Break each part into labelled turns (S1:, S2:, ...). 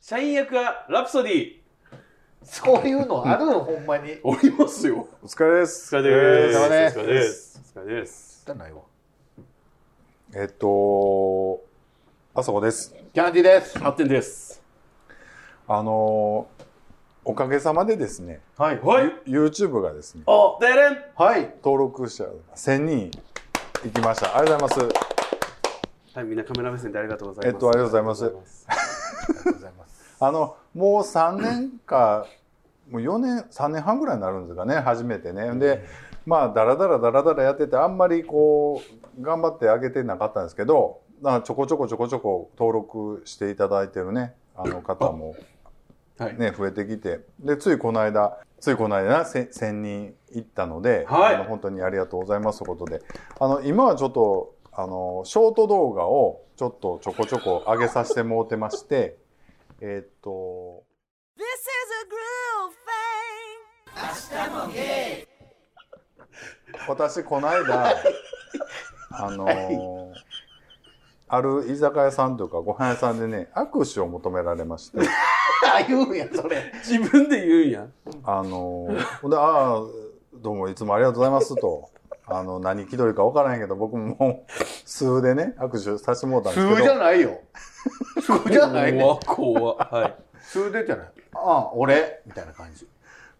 S1: 社員役はラプソディ
S2: そういうのある の、ほんまに。
S1: おりますよ。
S3: お疲れです。
S1: お疲れ
S2: お疲れ
S1: です。お
S2: 様
S1: 疲れです。お疲れです。
S2: 汚いわ。
S3: えっと、あそこです。
S2: キャンディです。
S1: 発展です。
S3: あの、おかげさまでですね、
S2: はい。
S1: はい。
S3: YouTube がですね、
S1: お、でれん
S2: はい。
S3: 登録者1000人いきました。ありがとうございます。
S1: はい、みんなカメラ目線でありがとうございます。
S3: えっとありがとうございます
S1: す。
S2: ありがとうございます。
S3: あの、もう3年か、もう4年、3年半ぐらいになるんですかね、初めてね。で、まあ、だらだらだらだらやってて、あんまりこう、頑張ってあげてなかったんですけど、まあちょこちょこちょこちょこ登録していただいてるね、あの方も、
S1: はい
S3: ね、増えてきて。で、ついこの間、ついこの間な、せ1000人行ったので、
S1: はい
S3: あの本当にありがとうございますということで、あの、今はちょっと、あの、ショート動画をちょっとちょこちょこ上げさせてもうてまして、えーっと、
S4: This is a groove thing.
S3: 私この間あのーある居酒屋さんというかご飯屋さんでね握手を求められまして
S2: あ、言うんや、それ。
S1: 自分で言うんや。
S3: あのーほんで「ああどうもいつもありがとうございます」と。あの何気取りか分からへんけど僕ももう数でね握手させてもらったんで
S2: 数
S3: すけ
S2: じゃ
S3: ど
S2: ないよ。数じゃないね。
S1: 怖怖はい。
S2: 数でじゃない。あ、俺。みたいな感じ。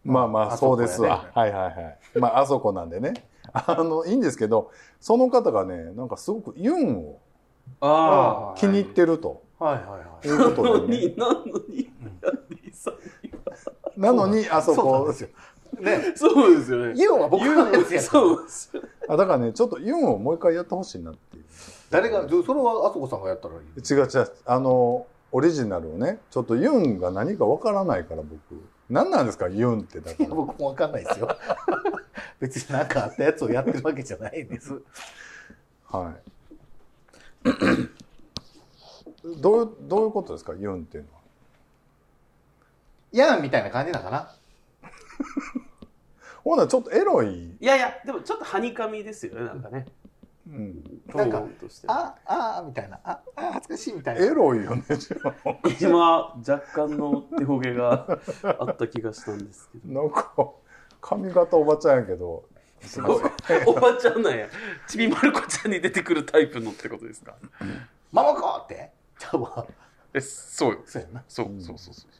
S3: まあまあ
S2: あ
S3: そうですわ
S2: あ、そ
S3: はいはいはいまああそこなんでね あのいいんですけどその方がねなんかすごくユンを
S1: ああ。
S3: 気に入ってると
S2: はいはいはい。
S3: いうこと
S1: なの
S3: で、ね、
S1: に、なのに、ヤンディさん
S3: なのにあそ
S2: そう
S3: こ
S2: なんですよ。ね。
S1: そうですよね。
S2: ユンは僕なんですやから
S1: そうですよ。
S3: あだからねちょっとユンをもう一回やってほしいなっていう
S2: 誰が、そそれはあそこさんがやったらいい。
S3: 違う違うあのオリジナルをねちょっとユンが何かわからないから僕何なんですかユンってだ
S2: い
S3: か
S2: や、
S3: ら
S2: 僕もわかんないですよ。 別になんかあったやつをやってるわけじゃないんです。
S3: はいどうどういうことですかユンっていうのは
S2: やんみたいな感じだから。
S3: ほんならちょっとエロい、
S1: いやいや、でもちょっとはにかみですよね、なんかね。
S3: うん、
S2: なんか
S1: トーンとして。
S2: あ、あーみたいな。あ、あー恥ずかしいみたいな。
S3: エロいよね
S1: 今、若干の手ほげがあった気がしたんですけど。
S3: なんか髪型おばちゃんやけどすいません
S1: おばちゃんなんや。ちびまる子ちゃんに出てくるタイプのってことですか
S2: ママコってじゃあ、
S1: え、そうよ。
S2: そうやな。
S1: そう
S3: うん
S1: そうそうそう。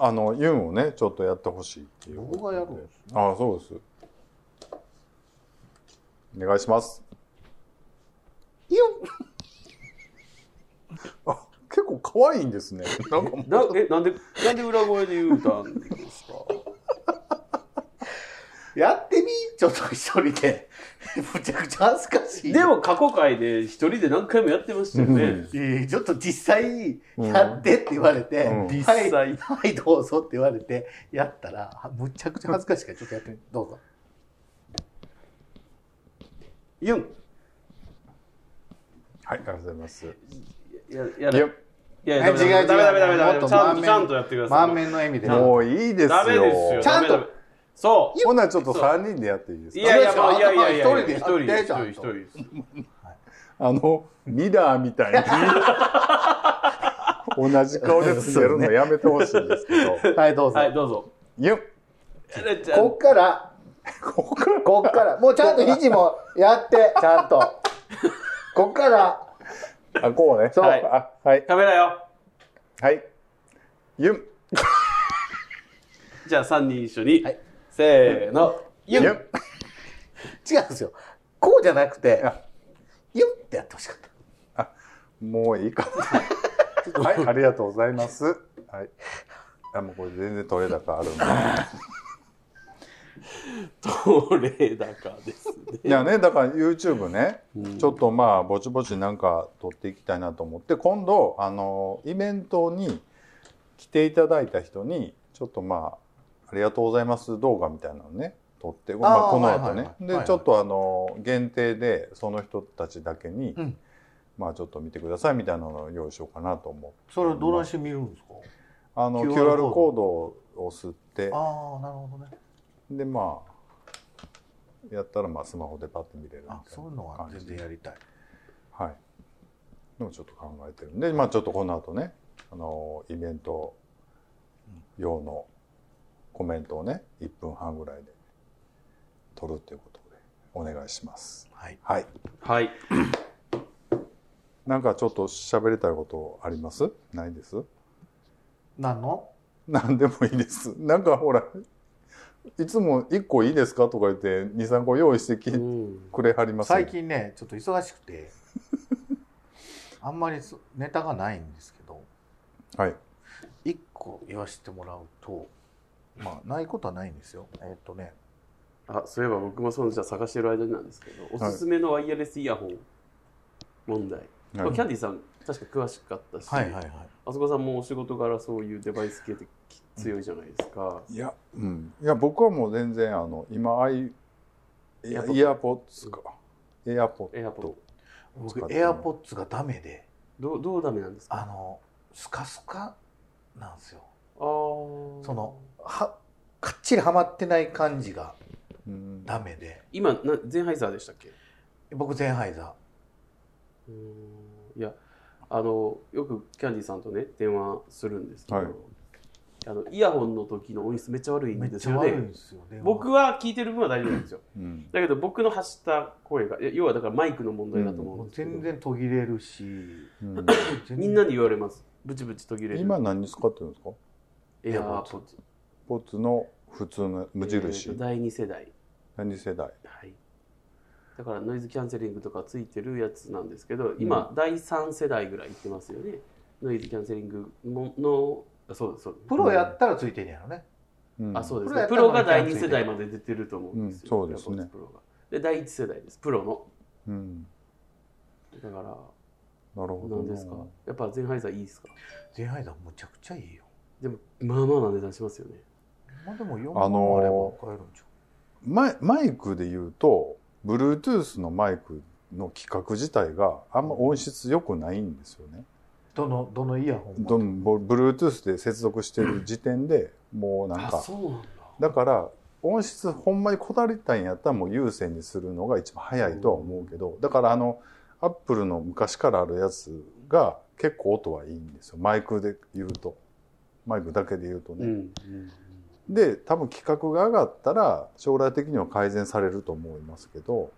S3: あのユンをねちょっとやってほしいっていう
S2: 僕がやるんです
S3: ああそうですお願いします
S2: ユ
S3: あ結構可愛いんですね。なんかもう
S1: なえなんでなんで裏声で言うたんですか。
S2: ンやってみちょっと一人で。 むちゃくちゃ恥ずかしい。
S1: で、も過去回で一人で何回もやってましたよね。
S2: えーちょっと実際やってって言われて、
S3: うん
S1: 実
S2: はい、
S1: 際
S2: はい、どうぞって言われて、やったら、はむちゃくちゃ恥ずかしいから、ちょっとやってみどうぞ。
S1: ユン
S3: はい、ありがとうございます。
S1: やや
S3: い
S1: だ
S3: や
S1: いやいやダメ
S2: え違う違う
S1: ダメダメダメダ
S2: も
S1: メ
S2: っ
S1: ち
S2: と
S1: ゃ
S2: 満
S1: んと
S2: 面
S1: ちゃんとやってください。
S2: 満面の笑みで。
S3: もういいですよ。
S1: ダメですよ。
S2: ちゃん
S1: ダメ
S2: と
S1: ダメ。そう。
S3: ほんならちょっと三人でやっていいです
S1: い
S3: か。
S1: やいやもういやいやいや
S2: 一人で
S1: 一人
S2: やって
S1: 一
S2: ちゃん
S1: 人
S2: と
S1: 一人です。
S3: あのミラーみたいに同じ顔でつけるのやめてほしいんですけど。
S2: はい、どうぞ。
S1: はいどうぞ。
S3: いや、
S1: じゃあ
S2: こっから、
S3: ここから
S2: こっから、もうちゃんと肘もや って、ちゃんと。こっから、
S3: あこうね。
S2: そう
S3: はい。あはい
S1: カメラよ。
S3: はい。ゆん
S1: じゃあ三人一緒に
S2: はい。
S1: せーの。ユ
S3: ゆ
S1: ン
S2: 違う
S3: ん。
S2: んですよ。こうじゃなくて
S3: あ、
S2: ゆってやってほしかった。
S3: もういいか な。はい、ありがとうございます。はい。あもうこれ全然取れ高あるんで。
S1: トレーダーかですね。
S3: いやねだから YouTube ね、ちょっとまあぼちぼちなんか撮っていきたいなと思って今度あのイベントに来ていただいた人にちょっとまあ「ありがとうございます」動画みたいなのね撮ってまあ、この
S2: は
S3: 後
S2: いはい
S3: ね
S2: は、い
S3: で、
S2: はいはい
S3: ちょっとあの限定でその人たちだけに、
S2: うん
S3: まあちょっと見てくださいみたいなのを用意しようかなと思う
S2: それをどないして見るんですか
S3: あの
S2: QR
S3: QR コードを吸って
S2: ああ、なるほどね。
S3: でまあやったらまあスマホでパッと見れるみたい
S2: あ
S3: な、
S2: そういうのは全然やりたい。
S3: はい。でもちょっと考えてるんで、まあちょっとこの後ね、あのイベント用のコメントをね1分半ぐらいで取るということでお願いします。
S2: はい。
S3: はい。
S1: はい。
S3: なんかちょっと喋りたいことあります？ないです？
S2: 何の
S3: なんでもいいです。なんかほらいつも1個いいですかとか言って23個用意してき
S1: うん
S3: くれはりますよね
S2: 最近ね、ちょっと忙しくて、 あんまりそネタがないんですけど、
S3: はい
S2: 一個言わせてもらうと、まあ、ないことはないんですよ。えーっとね、
S1: あ、そういえば僕もそのじゃあ探してる間になんですけど、おすすめのワイヤレスイヤホン問題。まあ
S3: はい
S1: キャンディさん、確か詳しかったし、
S2: はいはいはい。
S1: あそこさんもお仕事からそういうデバイス系ってき強いじゃないですか。
S3: いや、うん、いや僕はもう全然あの今アイイヤ
S1: エアポッド
S3: イヤーポッツかエアポッド
S1: エアポッド。
S2: 僕、AirPods がダメで、
S1: どうどうダメなんですか
S2: あの、スカスカなんですよ。
S1: あー
S2: その、は、かっちりはまってない感じが
S3: うん
S2: ダメで、
S1: 今なゼンハイザーでしたっけ
S2: 僕、ゼンハイザ
S1: うーんいやあのよくキャンディさんとね電話するんですけど、
S3: はい
S1: あのイヤホンの時の音質めっちゃ悪い
S2: ー、
S1: ん
S2: めっ
S1: で
S2: ち
S1: す
S2: ゃ
S1: よ
S2: 悪いん
S1: ね
S2: ですよね。
S1: 僕は聞いてる分は大丈夫なんですよ
S3: うん
S1: だけど僕の発した声がいや要はだからマイクの問題だと思
S2: も
S1: うん
S2: う
S1: ですけど、
S2: 全然途切れるし、
S3: うん
S2: 全然
S1: みんなに言われますブチブチ途切れる
S3: 今何使ってるんですか
S1: エアーポッ
S3: ポッツの普通の無印、
S1: えーと第2世代
S3: 何世代
S1: はいだからノイズキャンセリングとかついてるやつなんですけど今、第3世代ぐらいいってますよねノイズキャンセリングののあそうですそうです
S2: プロやったらついてんねやろね。
S1: あそううです
S2: プロ
S1: ね
S2: やっ
S1: プ
S2: たら
S1: ロが第2世代まで出てると思うんですよ、
S3: うんそうですね
S1: AirPods プロがで第1世代ですプロの
S3: ん、うん、
S1: だから
S3: なるほど
S1: 何ですかやっぱゼンハイザーいいですか
S2: ゼンハイザーむちゃくちゃいいよ。
S1: でもまあまあな値段しますよね
S2: まあでも4
S3: あ
S2: 万
S3: のー
S2: あれば買えるんちゃ
S3: マイマイクで言うと Bluetooth のマイクの規格自体があんま音質良くないんですよね
S2: うどの、どのイヤホンも
S3: どん Bluetooth で接続してる時点でもうなん
S1: あ
S3: か
S1: そうなんだ
S3: だから音質ほんまにこだわりたいんやったらもう有線にするのが一番早いとは思うけどだからあのアップルの昔からあるやつが結構音はいいんですよマイクで言うとマイクだけで言うと
S1: う
S3: ね、
S1: ん、うん
S3: で多分規格が上がったら将来的には改善されると思いますけど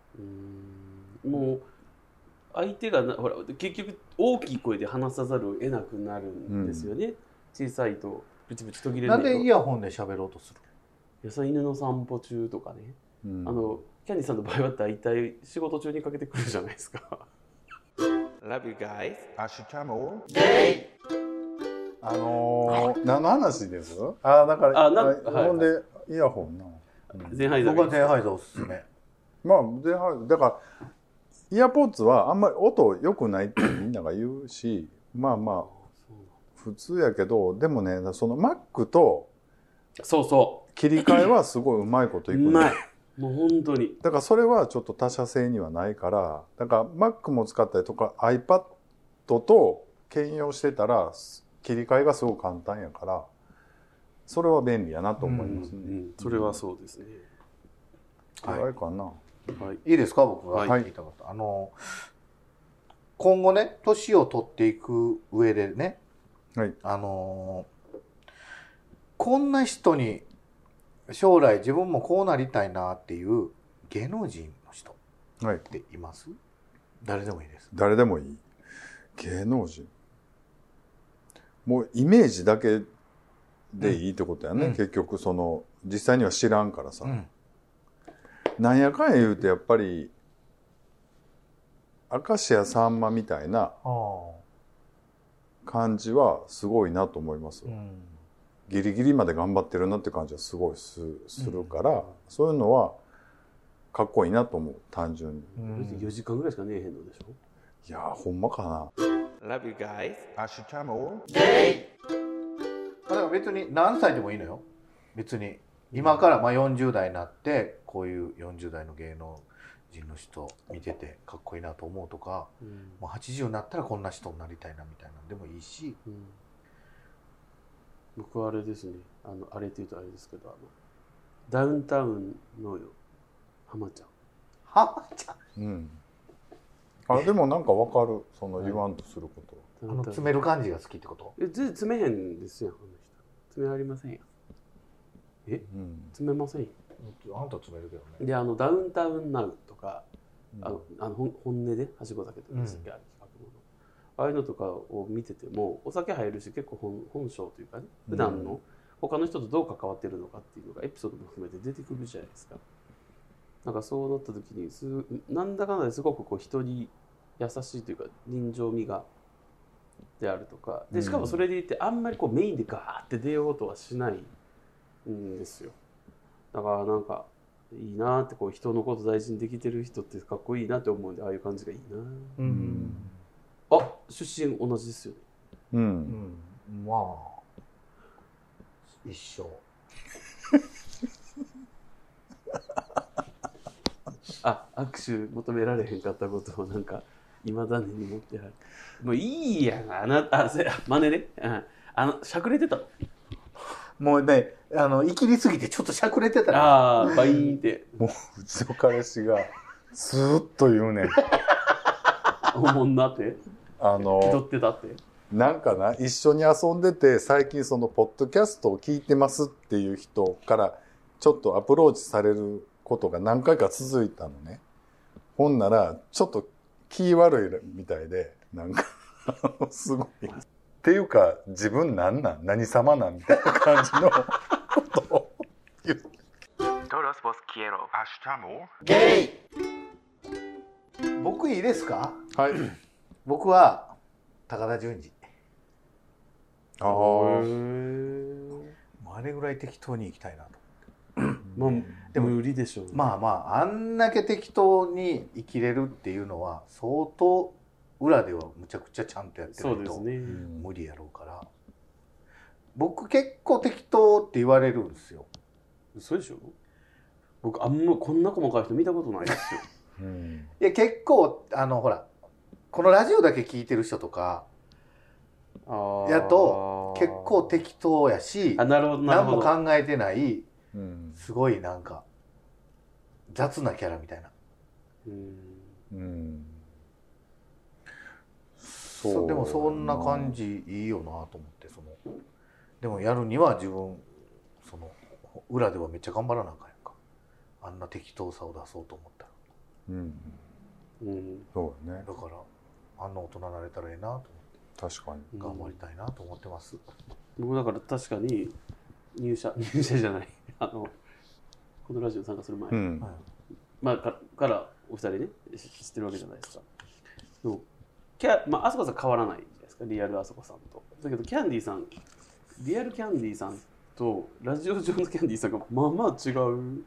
S1: うん、もう相手がなほら結局大きい声で話さざるを得なくなるんですよね、小さいとブチブチ途切れる
S2: なんでイヤホンで喋ろうとする
S1: やさ犬の散歩中とかね、
S3: うん
S1: あのキャンディさんの場合は大体仕事中にかけてくるじゃないですか Love you guys
S3: あのー何の話ですあーだから
S1: あな
S3: あ
S1: はい
S3: ほんでイヤホンな
S1: ゼンハイザー
S2: 僕
S1: がい
S2: はいゼンハイザーおすすめ。
S3: まあでだからイヤポッツはあんまり音良くないってみんなが言うしまあまあ普通やけどでもねその Mac と
S1: そうそ
S3: 切り替えはすごいうまいこと
S1: う
S3: いうくね
S1: まいもう本当に
S3: だからそれはちょっと他社製にはないからだから Mac も使ったりとか iPad と兼用してたら切り替えがすごく簡単やからそれは便利やなと思います
S1: う
S3: ね。
S1: んそれはそうですね、
S3: あれかな、
S1: はい、
S2: いいですか僕
S1: は
S2: が
S1: い
S2: 聞いたこと。あのー、今後ね、年を取っていく上でね、
S3: はい
S2: あのー、こんな人に将来自分もこうなりたいなっていう芸能人の人
S3: はい
S2: っています誰でもいいです。
S3: 誰でもいい芸能人もうイメージだけでいいってことやね、
S2: うん
S3: 結局その実際には知らんからさ、
S2: うん
S3: なんやかんや言うてやっぱり明石家さんまみたいな
S2: ああ、
S3: 感じはすごいなと思います、
S2: うん。
S3: ギリギリまで頑張ってるなって感じはすごいすするから、
S2: うん
S3: そういうのはかっこいいなと思う単純に
S2: う
S1: 4
S2: ん
S1: 時間ぐらいしかねえへんのでしょ
S3: いやーほんまかな
S1: Love you guys
S2: まあだから別に何歳でもいいのよ。別に。今からまあ40代になって、こういう40代の芸能人の人見ててかっこいいなと思うとか、
S1: うん
S2: もう80になったらこんな人になりたいなみたいなのでもいいし、
S1: うん僕はあれですねあのあれって言うとあれですけどあのダウンタウンのよ浜ちゃん
S2: はまちゃん。
S3: うんああでもなんかわかるその言わんとすること
S1: あ
S2: あの詰める感じが好きってこと
S1: えず詰めへんですよあの人詰めありませんよ
S3: うん
S1: 詰めませんよ
S2: あんた詰めるけどね
S1: であのダウンタウンナウとか
S3: うん
S1: あのあのほん本音ではしご酒とかでしたっけ、あれ企画ものああいうのとかを見ててもお酒入るし結構本本性というかね普段
S3: う
S1: の他の人とどう関わってるのかっていうのがエピソードも含めて出てくるじゃないですかなんかそうなった時にすなんだかんだですごくこう人に優しいというか人情味がであるとかでしかもそれでいてあんまりこうメインでガーって出ようとはしないんですよだからなんかいいなってこう人のこと大事にできてる人ってかっこいいなって思うんでああいう感じがいい
S2: うん
S1: なあ出身同じですよね
S3: う
S2: うんんまあ一生
S1: あ握手求められへんかったことをなんかいまだに持ってはるもういいやんあなたあせ真似ねうんあのしゃくれてた
S2: もうねあのいきりすぎてちょっとしゃくれてたら
S1: ああバイーンって
S3: うちの彼氏がずーっと言うねん
S1: おもんなって
S3: あ
S1: 気取
S3: の
S1: ってたって
S3: なんかな一緒に遊んでて最近そのポッドキャストを聞いてますっていう人からちょっとアプローチされることが何回か続いたのねほんならちょっと気悪いみたいでなんか あのすごいっていうか自分なんなん何様なんみたいな感じのことを言って。
S5: Todos vos quiero.
S2: ゲイ僕いいですか
S3: はい
S2: 僕は高田純次
S3: ああ
S1: へえ
S2: もうあれぐらい適当に行きたいなと
S1: まあ
S2: でも
S1: 無理でしょうね
S2: まあまああんだけ適当に生きれるっていうのは相当裏ではむちゃくちゃちゃんとやって
S1: そう
S2: る
S1: です
S2: と
S1: ね、
S2: 無理やろうから僕結構適当って言われるんですよ
S1: そうでしょ僕あんまこんな細かい人見たことないですよ
S3: うん
S2: いや結構あのほらこのラジオだけ聞いてる人とか
S1: あー
S2: やと結構適当やし
S1: あなるほどなる
S2: 何
S1: ほ
S2: も
S1: ど
S2: 考えてない
S3: うん
S2: すごいなんか雑なキャラみたいな
S1: うん
S3: うん
S2: そうでもそんな感じいいよなと思ってそのでもやるには自分その裏ではめっちゃ頑張らなあかんやんかあんな適当さを出そうと思ったら
S3: うん
S1: うん
S3: そうだね
S2: だからあんな大人になれたらええなと思って
S3: 確かに
S2: 頑張りたいなと思ってます、
S1: 僕だから確かに入社入社じゃないあのこのラジオに参加する前、
S3: うん
S2: はい
S1: まあ、かからお二人ねし知ってるわけじゃないですかでもキャ、まああそこさん変わらないじゃないですかリアルあそこさんとだけどキャンディーさんリアルキャンディーさんとラジオ上のキャンディーさんがまあまあ違う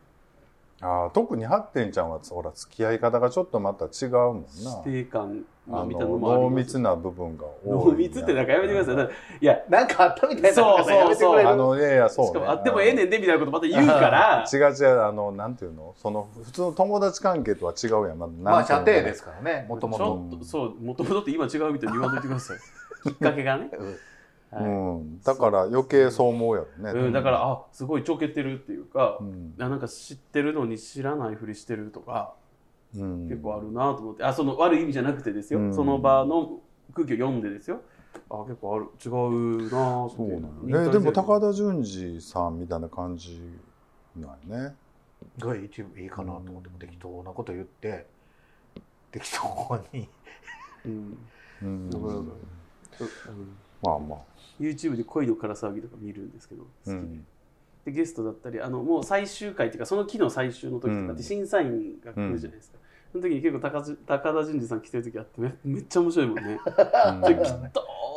S3: あー特にハッテンちゃんはほら付き合い方がちょっとまた違うもんな
S1: 指定感が
S3: あの
S1: みたいなのもあり
S3: 濃
S1: ます
S3: 密な部分が多
S1: 濃
S3: い
S1: 密ってなんかやめてくださいだからいや
S2: なんかあったみたいな
S1: そうそうそう
S2: やめてくれ
S3: あ
S2: る
S3: のいやいやそう、ね、
S1: しかもあってもええねんでみたいなことまた言う から
S3: 違う違うあのなんていうのその普通の友達関係とは違うやんま
S2: まあ射程ですすからねもとも
S1: ち
S2: と
S1: ょっとそうもともとって今違うみたいに言わんといてくださいきっかけがね、はい
S3: うん、だから余計そう思うやろね、
S1: うん、だからあすごいちょけてるっていうか
S3: う、ん
S1: あなんか知ってるのに知らないふりしてるとか
S3: うん、
S1: 結構あるなと思って、あその悪い意味じゃなくてですよ、
S3: うん
S1: その場の空気を読んでですよあ結構ある違うなって
S3: そうなの
S1: 認
S3: ね、
S1: めて
S3: で
S1: る
S3: も高田純次さんみたいな感じなんやね
S2: が一部いいかなと思って
S3: うん
S2: 適当なこと言って適当に
S1: うん
S3: うん
S1: なるほどそうあの
S3: まあまあ
S1: YouTube で恋のから騒ぎとか見るんですけど好き
S3: う
S1: で,、
S3: ん
S1: でゲストだったりあのもう最終回っていうかその期の最終の時とか
S3: う
S1: っ
S3: ん
S1: て審査員が来るじゃないですか、その時に結構高じ高田純次さん来てる時あってめめっちゃ面白いもん ね適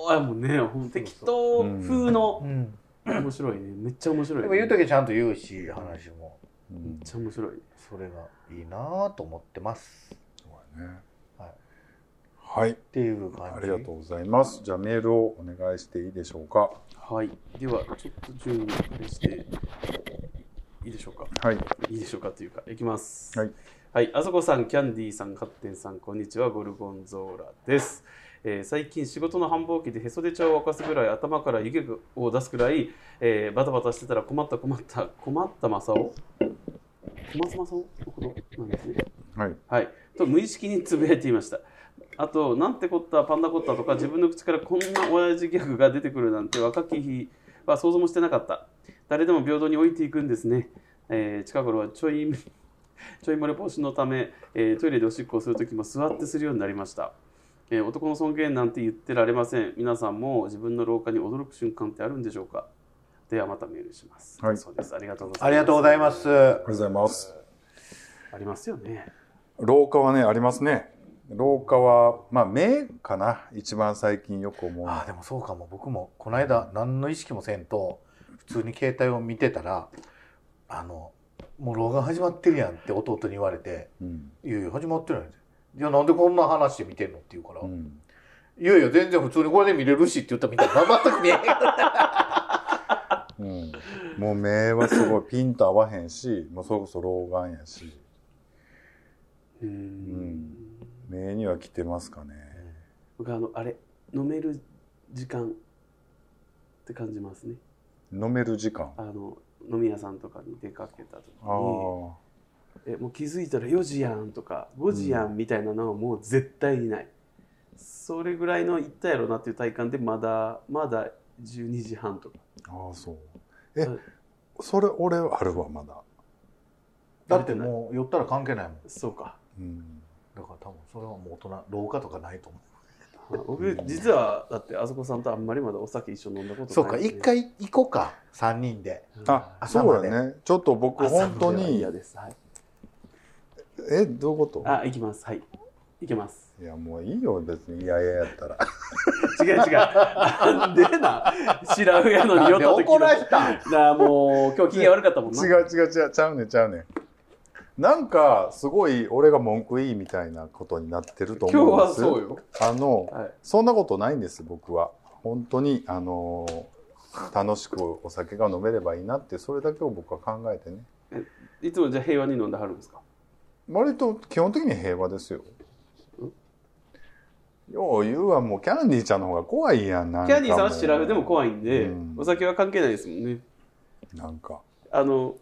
S1: 当やもんねほんと適当風の
S2: うん
S1: 面白いねめっちゃ面白い、
S2: で
S1: ね、
S2: も言う時はちゃんと言うし話も
S3: うん
S1: めっちゃ面白い
S2: それがいいなと思ってます
S3: そうやね
S2: はい
S3: はい
S2: っていう感じ
S3: ありがとうございますじゃあメールをお願いしていいでしょうか
S1: はいではちょっと順位をしていいでしょうか
S3: はい
S1: いいでしょうかというかいきます
S3: はい、
S1: はい、あそこさんキャンディーさんカッテンさんこんにちはゴルゴンゾーラです、えー最近仕事の繁忙期でへそで茶を沸かすぐらい頭から湯気を出すくらい、えーバタバタしてたら困った困った困ったマサオ小松正夫のことなんですね
S3: はい
S1: はい、と無意識につぶやいていました。あと、なんてこった、パンダコッタとか、自分の口からこんな親父ギャグが出てくるなんて、若き日は想像もしてなかった。誰でも平等に置いていくんですね。えー近頃はちょい、 ちょい漏れ防止のため、えートイレでおしっこをするときも座ってするようになりました。えー男の尊厳なんて言ってられません。皆さんも自分の廊下に驚く瞬間ってあるんでしょうかではまたメールします。
S3: はい
S1: そうです。ありがとうございます。
S2: ありがとうございます。。
S3: がとうございます。
S1: ありますよね。
S3: 廊下はね、ありますね。廊下は、まあ、目かな。一番最近よく思うの
S2: ああ、でもそうかも。僕も、この間、何の意識もせんと、普通に携帯を見てたら、あの、もう老眼始まってるやんって弟に言われて、
S3: うん。
S2: いやいや、始まってないんですよ。いや、なんでこんな話で見てんのって言うから、
S3: うん。
S2: いやいや、全然普通にこれで見れるしって言ったみたい な、全く見えへん。
S3: うん。もう目はすごいピンと合わへんし、もうそれこそ老眼やし、
S1: うー
S3: うん
S1: ん。
S3: 目には来てますかね。
S1: 僕あのあれ飲める時間って感じますね
S3: 飲める時間。
S1: あの飲み屋さんとかに出かけた時
S3: ああ。
S1: にえもう気づいたら4時やんとか5時やんみたいなのはもう絶対にない、それぐらいの行ったやろなっていう体感でまだまだ12時半とか
S3: ああ、そう。え
S1: うん、
S3: それ俺あるわ、まだ。
S2: だってもう、寄ったら関係ないもん。だ
S1: そうか
S3: うん。
S2: から多分、それはもう大人、老化とかないと思う。
S1: あ僕実はだってあそこさんとあんまりまだお酒一緒に飲んだことない
S2: そうか、一回行こうか、3人で。
S3: あ、
S2: 朝
S3: そう
S2: ま
S3: や
S2: で
S3: ね。ちょっと僕、本当に
S1: 嫌、です、はい、
S3: え、どういうこと
S1: あ行きますはい行けます
S3: いや、もういいよ、別に。いやいややっ たら。
S1: 違う違う。なんでな。白らやのに
S2: な
S1: 酔っ
S2: んで
S1: た時
S2: 怒ら
S1: の。
S2: したん
S1: なあもう今日機嫌悪かったもんな。
S3: 違う違う違う、ちゃうねんちゃうねん。なんか、すごい俺が文句いいみたいなことになってると
S1: 今日
S3: 思うん
S1: は
S3: です。
S1: そうよ。
S3: あの、
S1: はい。
S3: そんなことないんです、僕は。本当に、あのー楽しくお酒が飲めればいいなって、それだけを僕は考えてね。
S1: いつもじゃあ平和に飲んではるんですか。
S3: 割と基本的に平和ですよ。よう言うわ、もうキャンディーちゃんの方が怖いやん、なん
S1: キ
S3: か
S1: ャンディーさんは白らでも怖いんで、
S3: うん
S1: お酒は関係ないですもんね。
S3: なんか。
S1: あの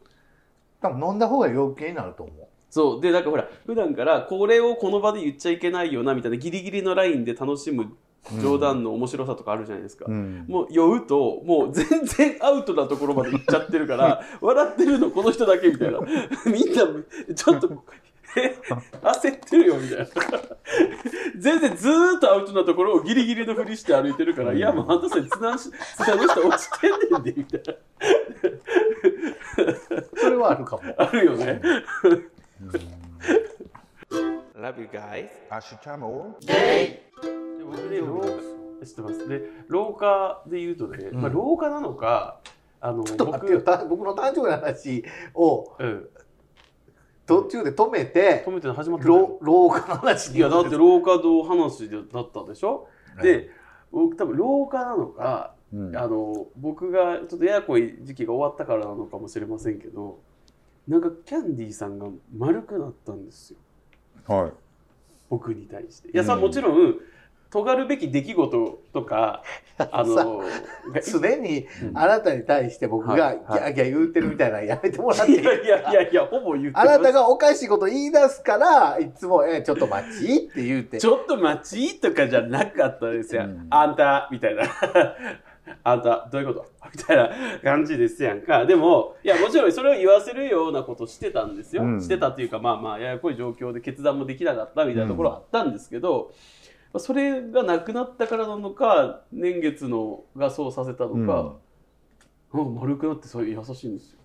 S2: 多分飲んだ方が余計になると思う。
S1: そうでなんかほら普段からこれをこの場で言っちゃいけないよなみたいなギリギリのラインで楽しむ冗談の面白さとかあるじゃないですか。
S3: うん。
S1: もう酔うともう全然アウトなところまで行っちゃってるから 笑ってるのこの人だけみたいなみんなちょっとえ焦ってるよみたいな全然ずーっとアウトなところをギリギリのふりして歩いてるから、いやもうあんたそれ津田の人津田の人落ちてんねんでみたいな
S2: それはあるかも。
S1: あるよね Love you guys
S3: アッシュチャム
S1: 僕ね廊下知ってますで廊下で言うとね、まあ、廊下なのかあの
S2: ちょっと待ってよ、た僕の誕生日の話を
S1: 僕、うん、
S2: 途中で止めて
S1: 止、めてるの始まってない
S2: 老老化の話に
S1: いやだって廊下の話だったでしょ、で僕多分廊下なのか、
S3: うん
S1: あの僕がちょっとややこい時期が終わったからなのかもしれませんけどなんかキャンディーさんが丸くなったんですよ
S3: はい。
S1: 僕に対していやさ、もちろん尖るべき出来事とかあ のが
S2: すでにあなたに対して僕がギ
S1: はい
S2: ャーギャー言うてるみたいなのやめてもらって い
S1: い
S2: い
S1: やいやいやいやほぼ言ってま
S2: あ
S1: す
S2: なたがおかしいこと言い出すから、いつも、え、ちょっと待ちって言うて
S1: ち。ょっと待ちとかじゃなかったですやん。
S3: うん
S1: あんた、みたいな。 あんた、どういうこと みたいな感じですやんか。でも、いや、もちろんそれを言わせるようなことしてたんですよ。
S3: うん
S1: してたというか、まあまあ、ややこい状況で決断もできなかったみたいなところはあったんですけど、まあそれがなくなったからなのか、年月のがそうさせたのか、うん、丸くなってそういう優しいんですよ。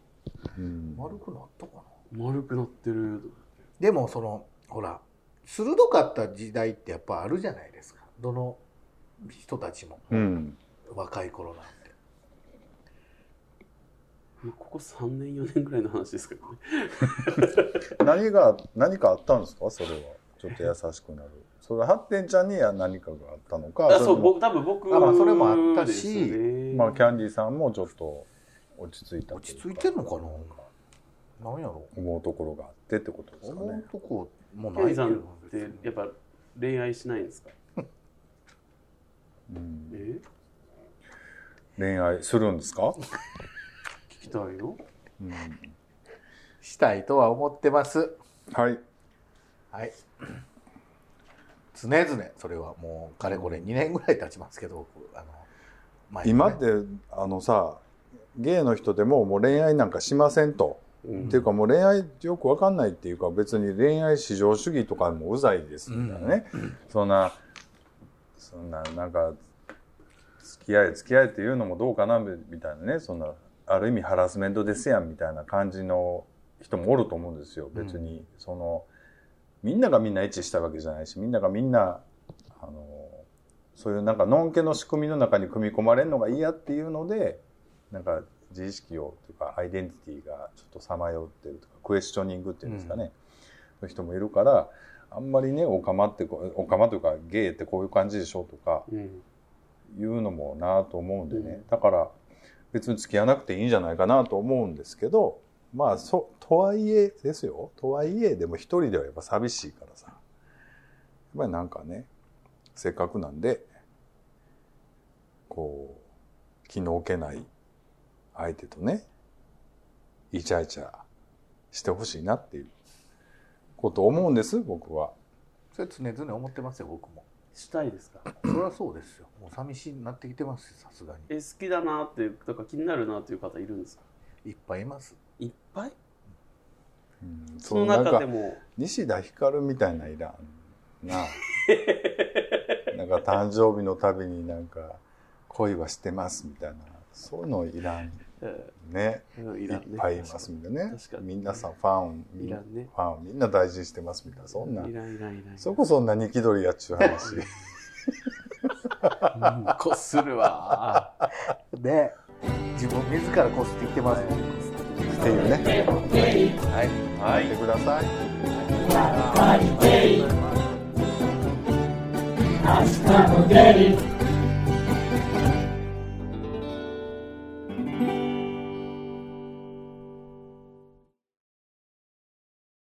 S3: うん
S2: 丸くなったかな
S1: 丸くなってる。
S2: でも、その、ほら、鋭かった時代ってやっぱあるじゃないですか。どの人たちも、
S3: うん。
S2: 若い頃なんて。
S1: ここ3年、4年ぐらいの話ですけどね。
S3: 何が、何かあったんですかそれは。ちょっと優しくなる。それは発展ちゃんに何かがあったのか。
S1: あ
S3: れ
S1: そ
S3: と
S1: う、
S3: も
S1: 僕、多分僕
S2: あまあそれもあったし
S1: ですね
S3: まあ、キャンディーさんもちょっと落ち着いた
S2: 落ち着いてんのかななんやろ
S3: 思うところがあってってことですか
S2: 思う
S3: ね。
S2: とこも
S1: ケ
S2: な
S1: イ
S2: いけ
S1: さんっ
S2: ど
S1: てやっぱ恋愛しないんですか
S3: うん
S1: え
S3: 恋愛するんですか、
S1: 聞きたいよ
S3: うん
S2: したいとは思ってます
S3: はい。
S2: はい常々それはもうかれこれ2年ぐらい経ちますけど僕あの前にね
S3: 今ってあのさゲイの人でももう恋愛なんかしませんと、
S1: うん
S3: っていうかもう恋愛ってよくわかんないっていうか別に恋愛至上主義とかもうざいですみたいなね、そんなそんななんか付き合え付き合えっていうのもどうかなみたいなねそんなある意味ハラスメントですやんみたいな感じの人もおると思うんですよ別に、そのみんながみんなエッチしたわけじゃないしみんながみんなあのそういうなんかのんけの仕組みの中に組み込まれるのが嫌っていうのでなんか自意識をというかアイデンティティがちょっとさまよってるとかクエスチョニングっていうんですかね、そういう人もいるからあんまりねオカマってこうオカマというかゲイってこういう感じでしょとか
S1: うん
S3: いうのもなと思うんでね、
S1: う
S3: だから別に付き合わなくていいんじゃないかなと思うんですけどまあそとはいえですよとはいえでも一人ではやっぱ寂しいからさやっぱりなんかねせっかくなんでこう気の置けない相手とねイチャイチャしてほしいなっていうことを思うんです僕は。
S2: それ常々思ってますよ僕も
S1: したいですか
S2: それはそうですよもう寂しいなってきてますよさすが
S1: え好きだなっていうとか気になるなっていう方いるんですか
S2: にいっぱいいます
S1: いっぱい
S3: うん
S1: その中でも
S3: 西田ひかるみたいないらんなあなんか誕生日のたびになんか恋はしてますみたいなそういうのいらん
S1: え
S3: ね
S1: ーい
S3: い
S1: ら
S3: っ
S1: んね
S3: ぱいいますみたいなね
S1: 確かに
S3: 皆さんファンみ
S1: いらんね
S3: ファンみんな大事にしてますみたいなそんない
S1: らんいらんいらん
S3: そこそんなに気取りやっちゅう話
S1: うんこするわ
S2: で自分自らこすってきてます、
S3: っていうねはいやってください
S6: 明日もゲイ